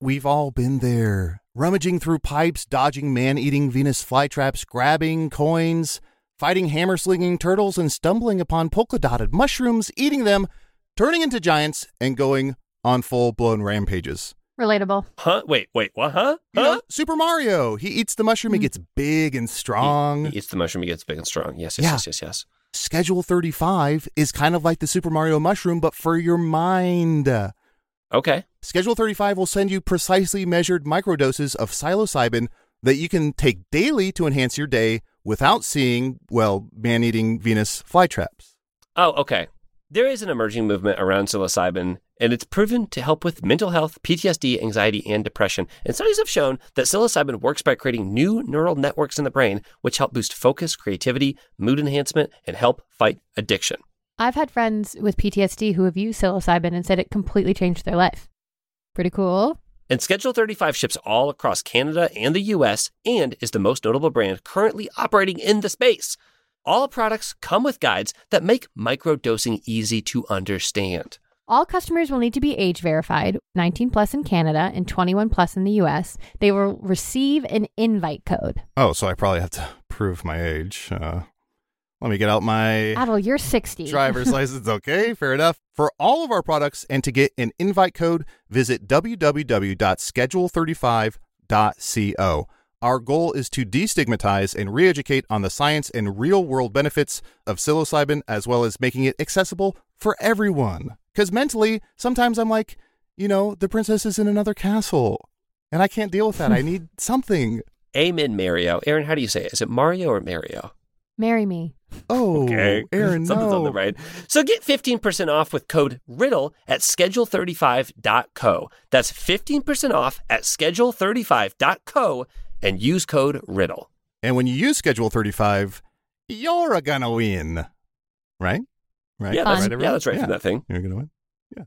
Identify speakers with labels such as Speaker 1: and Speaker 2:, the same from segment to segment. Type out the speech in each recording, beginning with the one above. Speaker 1: We've all been there, rummaging through pipes, dodging man eating Venus flytraps, grabbing coins, fighting hammer slinging turtles, and stumbling upon polka dotted mushrooms, eating them, turning into giants, and going on full blown rampages.
Speaker 2: Relatable.
Speaker 3: Huh? Wait, wait, what? Huh?
Speaker 1: You know,
Speaker 3: Huh?
Speaker 1: Super Mario, he eats the mushroom, he
Speaker 2: Mm.
Speaker 1: gets big and strong.
Speaker 3: He eats the mushroom, he gets big and strong. Yes, yes,
Speaker 1: Yeah.
Speaker 3: yes, yes, yes.
Speaker 1: Schedule 35 is kind of like the Super Mario mushroom, but for your mind.
Speaker 3: Okay.
Speaker 1: Schedule 35 will send you precisely measured microdoses of psilocybin that you can take daily to enhance your day without seeing, well, man eating Venus flytraps.
Speaker 3: Oh, okay. There is an emerging movement around psilocybin, and it's proven to help with mental health, PTSD, anxiety, and depression. And studies have shown that psilocybin works by creating new neural networks in the brain, which help boost focus, creativity, mood enhancement, and help fight addiction.
Speaker 2: I've had friends with PTSD who have used psilocybin and said it completely changed their life. Pretty cool.
Speaker 3: And Schedule 35 ships all across Canada and the US and is the most notable brand currently operating in the space. All products come with guides that make microdosing easy to understand.
Speaker 2: All customers will need to be age verified, 19 plus in Canada and 21 plus in the US. They will receive an invite code.
Speaker 1: Oh, so I probably have to prove my age. Uh, let me get out my
Speaker 2: Adel, you're 60.
Speaker 1: driver's license. Okay, fair enough. For all of our products and to get an invite code, visit www.schedule35.co. Our goal is to destigmatize and re-educate on the science and real-world benefits of psilocybin as well as making it accessible for everyone. Cuz mentally, sometimes I'm like, you know, the princess is in another castle and I can't deal with that. I need something.
Speaker 3: Amen, Mario. Aaron, how do you say it? Is it Mario or Mario?
Speaker 2: Marry me.
Speaker 1: Oh, Aaron,
Speaker 3: Something's on
Speaker 1: no.
Speaker 3: the right. So get 15% off with code RIDDLE at schedule35.co. That's 15% off at schedule35.co and use code RIDDLE.
Speaker 1: And when you use Schedule 35, you're a gonna win. Right? Right?
Speaker 3: Yeah, that's,
Speaker 2: Fun.
Speaker 3: yeah,
Speaker 1: everyone?
Speaker 3: that's right
Speaker 1: Yeah.
Speaker 3: from that thing.
Speaker 1: You're gonna win. Yeah.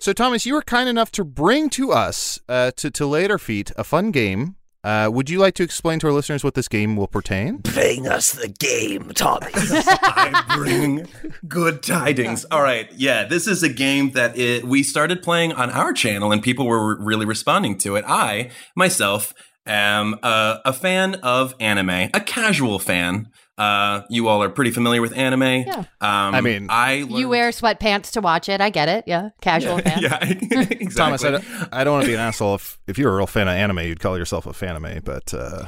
Speaker 1: So, Thomas, you were kind enough to bring to us, uh, to, to lay at our feet, a fun game. Uh, would you like to explain to our listeners what this game will pertain?
Speaker 3: Playing us the game, Tommy.
Speaker 4: I bring good tidings. All right, yeah, this is a game that it, we started playing on our channel, and people were really responding to it. I myself am a, a fan of anime, a casual fan. Uh, you all are pretty familiar with anime.
Speaker 2: Yeah.
Speaker 4: Um, I
Speaker 1: mean-
Speaker 4: I
Speaker 2: You
Speaker 4: learned-
Speaker 2: wear sweatpants to watch it. I get it. Yeah. Casual fan.
Speaker 4: yeah, exactly.
Speaker 1: Thomas, I don't, I don't want to be an asshole. If, if you're a real fan of anime, you'd call yourself a fanime, but uh,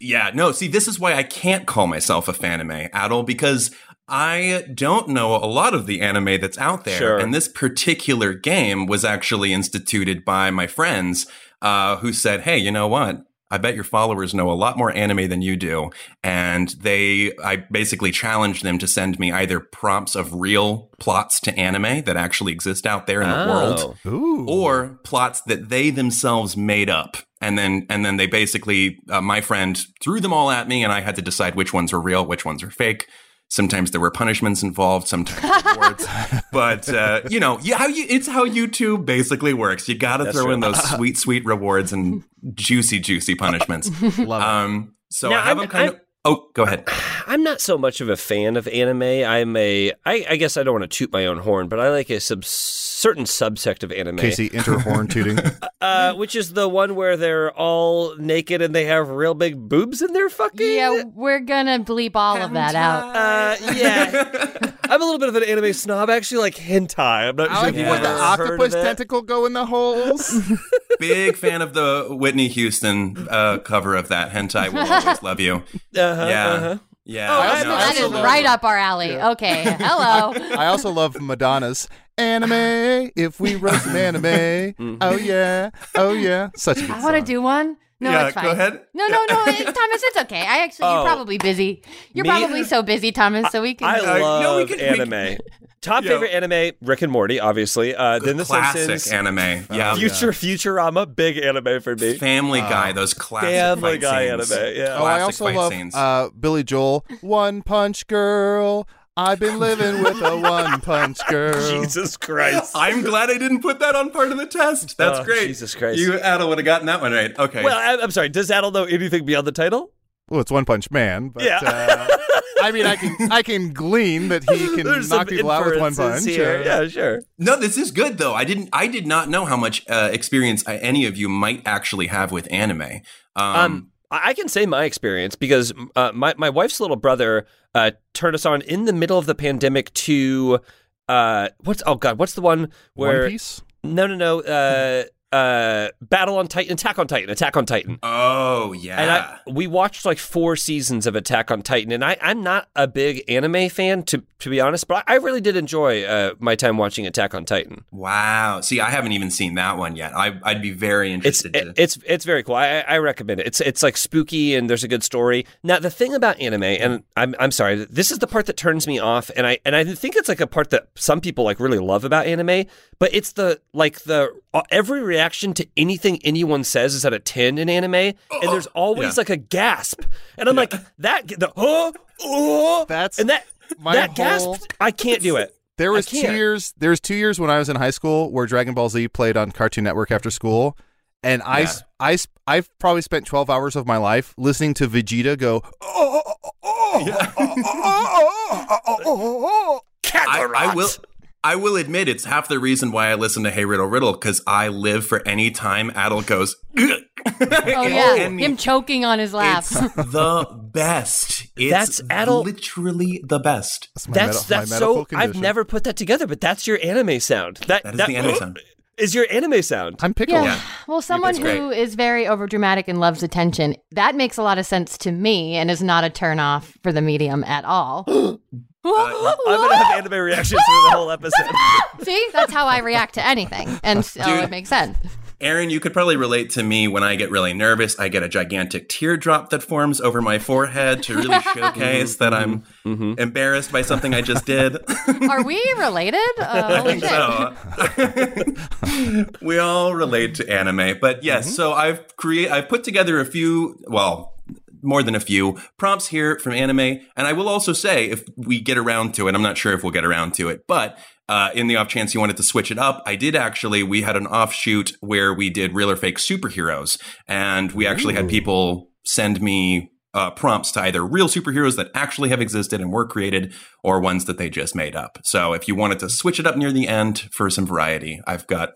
Speaker 4: Yeah, no, see, this is why I can't call myself a fanime at all because I don't know a lot of the anime that's out there.
Speaker 3: Sure.
Speaker 4: And this particular game was actually instituted by my friends uh, who said, hey, you know what? I bet your followers know a lot more anime than you do. And they, I basically challenged them to send me either prompts of real plots to anime that actually exist out there in
Speaker 3: Oh.
Speaker 4: the world
Speaker 1: ooh.
Speaker 4: or plots that they themselves made up and then and then they basically uh, my friend threw them all at me and i had to decide which ones were real which ones were fake sometimes there were punishments involved sometimes rewards but uh, you know yeah, how you, it's how youtube basically works you gotta
Speaker 3: That's
Speaker 4: throw in
Speaker 3: true.
Speaker 4: those sweet sweet rewards and juicy juicy punishments
Speaker 1: love it.
Speaker 4: um, so
Speaker 3: Now,
Speaker 4: i have
Speaker 3: I'm-
Speaker 4: them kind of oh go ahead
Speaker 3: I'm not so much of a fan of anime. I'm a, I, I guess I don't want to toot my own horn, but I like a sub, certain subsect of anime,
Speaker 1: Casey, enter horn tooting.
Speaker 3: uh, which is the one where they're all naked and they have real big boobs in their fucking.
Speaker 2: Yeah, we're going to bleep all of that out.
Speaker 3: Uh, yeah. I'm a little bit of an anime snob. I actually like hentai. I'm not sure if
Speaker 4: like
Speaker 3: you've
Speaker 4: when the
Speaker 3: ever heard of it.
Speaker 1: go in the holes.
Speaker 4: big fan of the whitney houston uh, cover of that hentai will always love you
Speaker 3: Uh-huh,
Speaker 4: yeah
Speaker 3: uh-huh.
Speaker 4: yeah
Speaker 3: Oh,
Speaker 4: I
Speaker 3: I
Speaker 4: know.
Speaker 3: know.
Speaker 4: I
Speaker 2: that is
Speaker 4: also love-
Speaker 2: right up our alley. Okay. Hello.
Speaker 1: I also love Madonna's anime. If we wrote some anime,
Speaker 3: Mm-hmm.
Speaker 1: oh yeah, oh yeah, such a good
Speaker 2: I want to
Speaker 1: song.
Speaker 2: do one. No,
Speaker 4: Yeah,
Speaker 2: it's fine.
Speaker 4: go ahead.
Speaker 2: No, no, no, it, Thomas, it's okay. I actually,
Speaker 3: Oh.
Speaker 2: you're probably busy. You're
Speaker 3: Me?
Speaker 2: probably so busy, Thomas. So we can.
Speaker 3: I
Speaker 4: Uh,
Speaker 3: love
Speaker 4: no, we could- we could-
Speaker 3: anime. Top
Speaker 4: Yeah.
Speaker 3: favorite anime: Rick and Morty, obviously. Uh, then The
Speaker 4: classic
Speaker 3: Simpsons.
Speaker 4: anime. Yeah.
Speaker 3: Future Futurama, big anime for me.
Speaker 4: Family Guy, those classic
Speaker 3: Family
Speaker 4: fight
Speaker 3: Guy
Speaker 4: scenes.
Speaker 3: anime, yeah.
Speaker 4: Classic
Speaker 1: Oh, I also
Speaker 4: fight
Speaker 1: love
Speaker 4: scenes.
Speaker 1: uh, Billy Joel, One Punch Girl. I've been living with a One Punch Girl.
Speaker 3: Jesus Christ.
Speaker 4: I'm glad I didn't put that on part of the test. That's
Speaker 3: Oh,
Speaker 4: great.
Speaker 3: Jesus Christ.
Speaker 4: You Adel would have gotten that one right. Okay.
Speaker 3: Well, I- I'm sorry. Does Adel know anything beyond the title?
Speaker 1: Well, it's One Punch Man, but
Speaker 3: Yeah.
Speaker 1: uh, I mean, I can I can glean that he can
Speaker 3: There's
Speaker 1: knock
Speaker 3: some
Speaker 1: people out with one punch.
Speaker 3: inferences here.
Speaker 1: uh,
Speaker 3: Yeah, sure.
Speaker 4: No, this is good though. I didn't. I did not know how much uh, experience I, any of you might actually have with anime. Um,
Speaker 3: Um, I I can say my experience because uh, my my wife's little brother uh, turned us on in the middle of the pandemic to uh, what's oh god what's the one where
Speaker 1: One Piece.
Speaker 3: no no no uh, uh, Battle on Titan Attack on Titan Attack on Titan
Speaker 4: oh yeah.
Speaker 3: and I, we watched like four seasons of Attack on Titan, and I, I'm not a big anime fan to to be honest, but I really did enjoy uh, my time watching Attack on Titan.
Speaker 4: wow. See, I haven't even seen that one yet. I, I'd be very
Speaker 3: It's
Speaker 4: interested.
Speaker 3: it,
Speaker 4: to,
Speaker 3: it's it's very cool. I, I recommend it. It's it's like spooky and there's a good story. Now the thing about anime, and I'm I'm sorry, this is the part that turns me off, and I and I think it's like a part that some people like really love about anime, but it's the like the uh, every reaction to anything anyone says is at a ten in anime, and there's always
Speaker 4: Oh, Yeah.
Speaker 3: like a gasp, and I'm like that the oh oh
Speaker 1: That's
Speaker 3: and that
Speaker 1: my
Speaker 3: that
Speaker 1: whole-
Speaker 3: gasp I can't do it.
Speaker 1: There was
Speaker 3: I
Speaker 1: two
Speaker 3: can't.
Speaker 1: years. There was two years when I was in high school where Dragon Ball Z played on Cartoon Network after school, and I s- I s- I've probably spent twelve hours of my life listening to Vegeta go. Oh, oh, oh, oh, oh, oh, oh, oh, oh,
Speaker 4: I, I
Speaker 3: Kakarot.
Speaker 4: will. I will admit it's half the reason why I listen to Hey Riddle Riddle because I live for any time Adult goes.
Speaker 2: Oh yeah, him choking on his laugh.
Speaker 4: It's the best. It's
Speaker 3: That's adult-
Speaker 4: literally the best.
Speaker 1: That's my
Speaker 3: that's
Speaker 1: medi- my
Speaker 3: that's
Speaker 1: medical
Speaker 3: so. I've
Speaker 1: condition.
Speaker 3: never put that together, but that's your anime sound. That,
Speaker 4: That is the anime sound.
Speaker 3: Is your anime sound?
Speaker 1: I'm pickled.
Speaker 2: Yeah.
Speaker 4: Yeah.
Speaker 2: Well, someone
Speaker 4: great.
Speaker 2: who is very overdramatic and loves attention, that makes a lot of sense to me and is not a turnoff for the medium at all.
Speaker 4: Uh,
Speaker 3: I'm gonna have anime reactions for the whole episode.
Speaker 2: See, that's how I react to anything. And so
Speaker 4: Dude.
Speaker 2: it makes sense.
Speaker 4: Aaron, you could probably relate to me when I get really nervous. I get a gigantic teardrop that forms over my forehead to really showcase that I'm
Speaker 2: Mm-hmm.
Speaker 4: embarrassed by something I just did.
Speaker 2: Are we related? Uh, holy shit.
Speaker 4: so we all relate to anime, but yes. So I've create, I've put together a few, well, more than a few prompts here from anime, and I will also say if we get around to it, I'm not sure if we'll get around to it, but. Uh, in the off chance you wanted to switch it up, I did actually. We had an offshoot where we did real or fake superheroes, and we actually had people send me uh, prompts to either real superheroes that actually have existed and were created or ones that they just made up. So if you wanted to switch it up near the end for some variety, I've got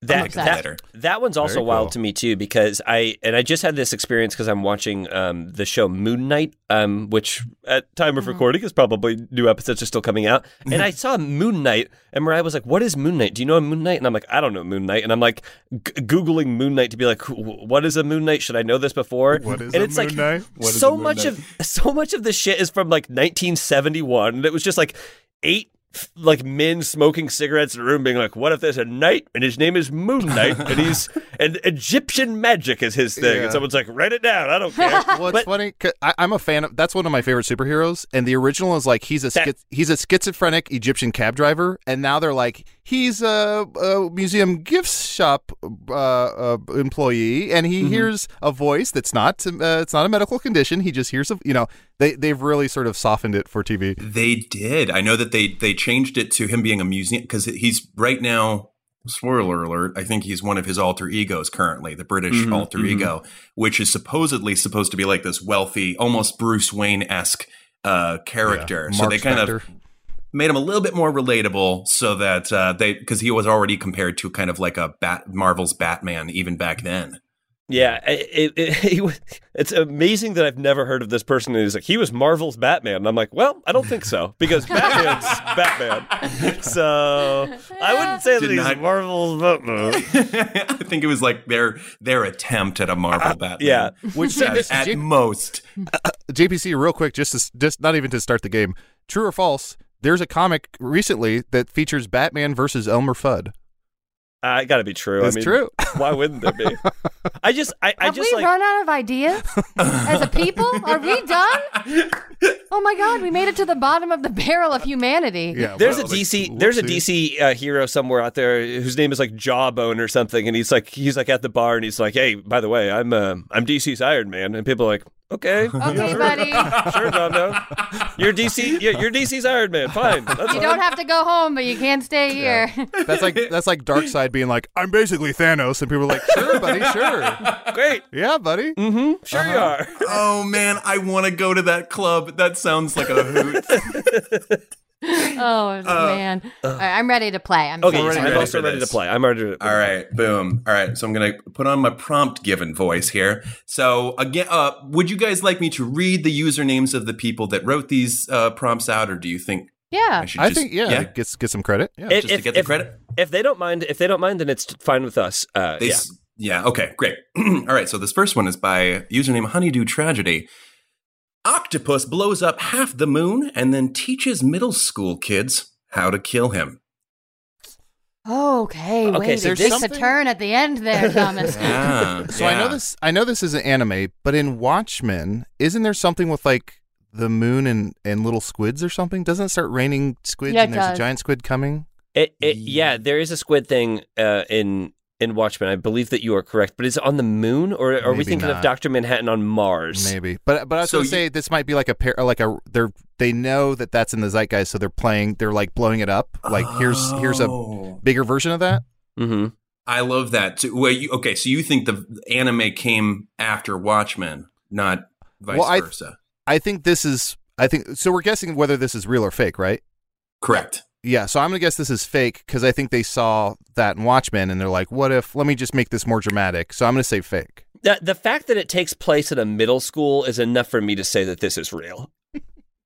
Speaker 3: That,
Speaker 2: obsessed.
Speaker 3: that, that one's also
Speaker 1: Very cool.
Speaker 3: wild to me too because I and I just had this experience because I'm watching um, the show Moon Knight, um, which at time of recording is probably new episodes are still coming out. And I saw Moon Knight, and Mariah was like, "What is Moon Knight? Do you know a Moon Knight?" And I'm like, "I don't know Moon Knight." And I'm like g- googling Moon Knight to be like, "Wh- "What is a Moon Knight? Should I know this before?"
Speaker 1: What is
Speaker 3: and
Speaker 1: a
Speaker 3: it's
Speaker 1: Moon
Speaker 3: like
Speaker 1: Knight? What is
Speaker 3: so
Speaker 1: a Moon
Speaker 3: much
Speaker 1: Knight?
Speaker 3: of so much of this shit is from like 1971 and it was just like eight f- like men smoking cigarettes in a room being like what if there's a knight and his name is moon knight and he's and egyptian magic is his thing
Speaker 1: Yeah.
Speaker 3: and someone's like write it down i don't care
Speaker 1: Well, it's
Speaker 3: But-
Speaker 1: funny. 'cause I, I'm a fan of. That's one of my favorite superheroes, and the original is like he's a
Speaker 3: That-
Speaker 1: schiz- he's a schizophrenic Egyptian cab driver, and now they're like he's a, a museum gift shop uh, uh, employee, and he
Speaker 3: Mm-hmm.
Speaker 1: hears a voice that's not uh, it's not a medical condition. He just hears a you know they they've really sort of softened it for TV.
Speaker 4: They did. I know that they they changed it to him being a museum because he's right now. Spoiler alert! I think he's one of his alter egos currently, the British
Speaker 1: Mm-hmm,
Speaker 4: alter ego, which is supposedly supposed to be like this wealthy, almost Bruce Wayne esque uh, character. so
Speaker 1: Mark
Speaker 4: they kind
Speaker 1: Spector.
Speaker 4: of made him a little bit more relatable, so that uh, they because he was already compared to kind of like a Bat Marvel's Batman even back then.
Speaker 3: yeah it, it, it, he was, it's amazing that i've never heard of this person and he's like he was marvel's batman and i'm like well i don't think so because batman's batman so i wouldn't say that
Speaker 4: Did
Speaker 3: he's
Speaker 4: not-
Speaker 3: marvel's batman
Speaker 4: I think it was like their their attempt at a Marvel Batman.
Speaker 3: yeah.
Speaker 4: which at, at most
Speaker 1: JPC, real quick, just to, s- just not even to start the game. True or false? There's a comic recently that features Batman versus Elmer Fudd.
Speaker 3: Uh, it got to be true.
Speaker 1: It's
Speaker 3: I mean,
Speaker 1: true.
Speaker 3: why wouldn't there be? I just, I, I
Speaker 2: Have
Speaker 3: just
Speaker 2: we
Speaker 3: like,
Speaker 2: run out of ideas as a people? Are we done? Oh my God, we made it to the bottom of the barrel of humanity.
Speaker 1: Yeah,
Speaker 3: there's a
Speaker 1: well, like,
Speaker 3: DC, there's a
Speaker 1: whoopsie.
Speaker 3: DC uh, hero somewhere out there whose name is like Jawbone um, or something, and he's like, he's like at the bar, and he's like, hey, by the way, I'm, uh, I'm DC's Iron Man, and people are like, Okay.
Speaker 2: Okay, buddy.
Speaker 3: Sure, Domino. You're DC. You're, you're DC's Iron Man. Fine. That's
Speaker 2: You
Speaker 3: fine.
Speaker 2: don't have to go home, but you can't stay here.
Speaker 1: That's like that's like Dark Side being like, I'm basically Thanos, and people are like, sure, buddy, sure,
Speaker 3: Great.
Speaker 1: yeah, buddy.
Speaker 3: Mm-hmm. Sure you are.
Speaker 4: Oh man, I want to go to that club. That sounds like a hoot.
Speaker 2: oh man, All right, I'm ready to play. I'm
Speaker 3: Uh, Okay,
Speaker 2: so
Speaker 3: yes,
Speaker 2: ready.
Speaker 3: I'm
Speaker 4: ready
Speaker 3: also
Speaker 4: for
Speaker 3: ready to
Speaker 4: this.
Speaker 3: play. I'm ready. To,
Speaker 4: All right, boom. All right, so I'm gonna put on my prompt given voice here. So again, uh, would you guys like me to read the usernames of the people that wrote these uh, prompts out, or do you think I
Speaker 2: Yeah,
Speaker 4: should?
Speaker 1: I
Speaker 4: just-
Speaker 1: think yeah, get get some credit. Yeah,
Speaker 3: If,
Speaker 4: just to
Speaker 3: if,
Speaker 4: get the
Speaker 3: if-
Speaker 4: credit.
Speaker 3: if they don't mind, if they don't mind, then it's fine with us. Uh,
Speaker 4: They
Speaker 3: yeah.
Speaker 4: s- yeah. Okay. Great. All right. So this first one is by username Honeydew Tragedy. Octopus blows up half the moon and then teaches middle school kids how to kill him.
Speaker 2: Okay,
Speaker 3: Okay,
Speaker 2: wait,
Speaker 3: so Ah,
Speaker 2: it
Speaker 3: there's
Speaker 2: takes a
Speaker 1: something-
Speaker 2: turn at the end there, Thomas.
Speaker 4: Yeah.
Speaker 1: So I know this. I know this is an anime, but in Watchmen, isn't there something with like the moon and and little squids or something? Doesn't it start raining squids
Speaker 2: Yeah, it
Speaker 1: and there's
Speaker 2: does.
Speaker 1: a giant squid coming?
Speaker 3: It, it, yeah, there is a squid thing uh, in in Watchmen. I believe that you are correct, but is it on the moon, or are we
Speaker 1: Maybe
Speaker 3: thinking of
Speaker 1: not.
Speaker 3: Doctor Manhattan on Mars?
Speaker 1: Maybe, but but I was
Speaker 4: So
Speaker 1: gonna
Speaker 4: you-
Speaker 1: say this might be like a pair, like a they're they know that that's in the zeitgeist, so they're playing. They're like blowing it up. Like here's here's a
Speaker 4: Oh.
Speaker 1: bigger version of that.
Speaker 3: Mm-hmm.
Speaker 4: I love that too. Well, you, okay, so you think the anime came after Watchmen, not vice
Speaker 1: Well, I-
Speaker 4: versa?
Speaker 1: I think this is. I think so. We're guessing whether this is real or fake, right?
Speaker 4: Correct.
Speaker 1: Yeah, so I'm gonna guess this is fake because I think they saw that in Watchmen and they're like, "What if? Let me just make this more dramatic." So I'm gonna say fake.
Speaker 3: The the fact that it takes place at a middle school is enough for me to say that this is real.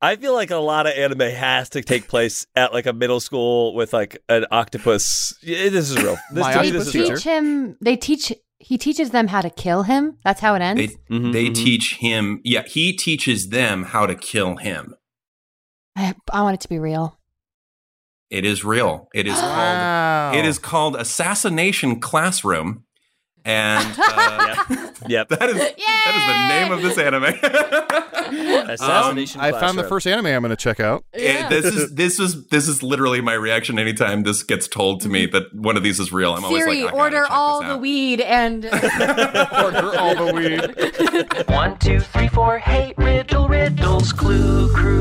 Speaker 3: I feel like a lot of anime has to take place at like a middle school with like an octopus. Yeah, This is real. This,
Speaker 1: My
Speaker 3: to me,
Speaker 2: they
Speaker 1: octopus
Speaker 3: this is
Speaker 1: teacher.
Speaker 3: real.
Speaker 2: teach him. They teach. He teaches them how to kill him. That's how it ends.
Speaker 4: They
Speaker 3: Mhm,
Speaker 4: they
Speaker 1: Mm-hmm.
Speaker 3: mhm.
Speaker 4: teach him. Yeah, he teaches them how to kill him.
Speaker 2: I, I want it to be real.
Speaker 4: It is real. It is called It is called Assassination Classroom. And uh,
Speaker 3: Yep.
Speaker 4: that, is, that is the name of this anime.
Speaker 3: Assassination.
Speaker 1: Um, I found the
Speaker 3: Classroom.
Speaker 1: first anime I'm gonna check out.
Speaker 4: It- this is this is this is literally my reaction anytime this gets told to me that one of these is real. I'm always
Speaker 2: Mm-hmm. Siri,
Speaker 4: like, I gotta
Speaker 2: order
Speaker 4: check
Speaker 2: all
Speaker 4: this
Speaker 2: the
Speaker 4: out.
Speaker 2: weed and
Speaker 1: Order all the weed.
Speaker 5: One, two, three, four. Hey, riddle, riddles, clue, crew.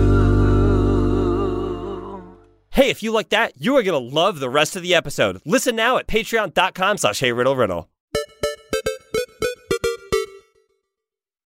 Speaker 3: Hey, if you like that, you are gonna love the rest of the episode. Listen now at patreon.com slash hey riddle riddle.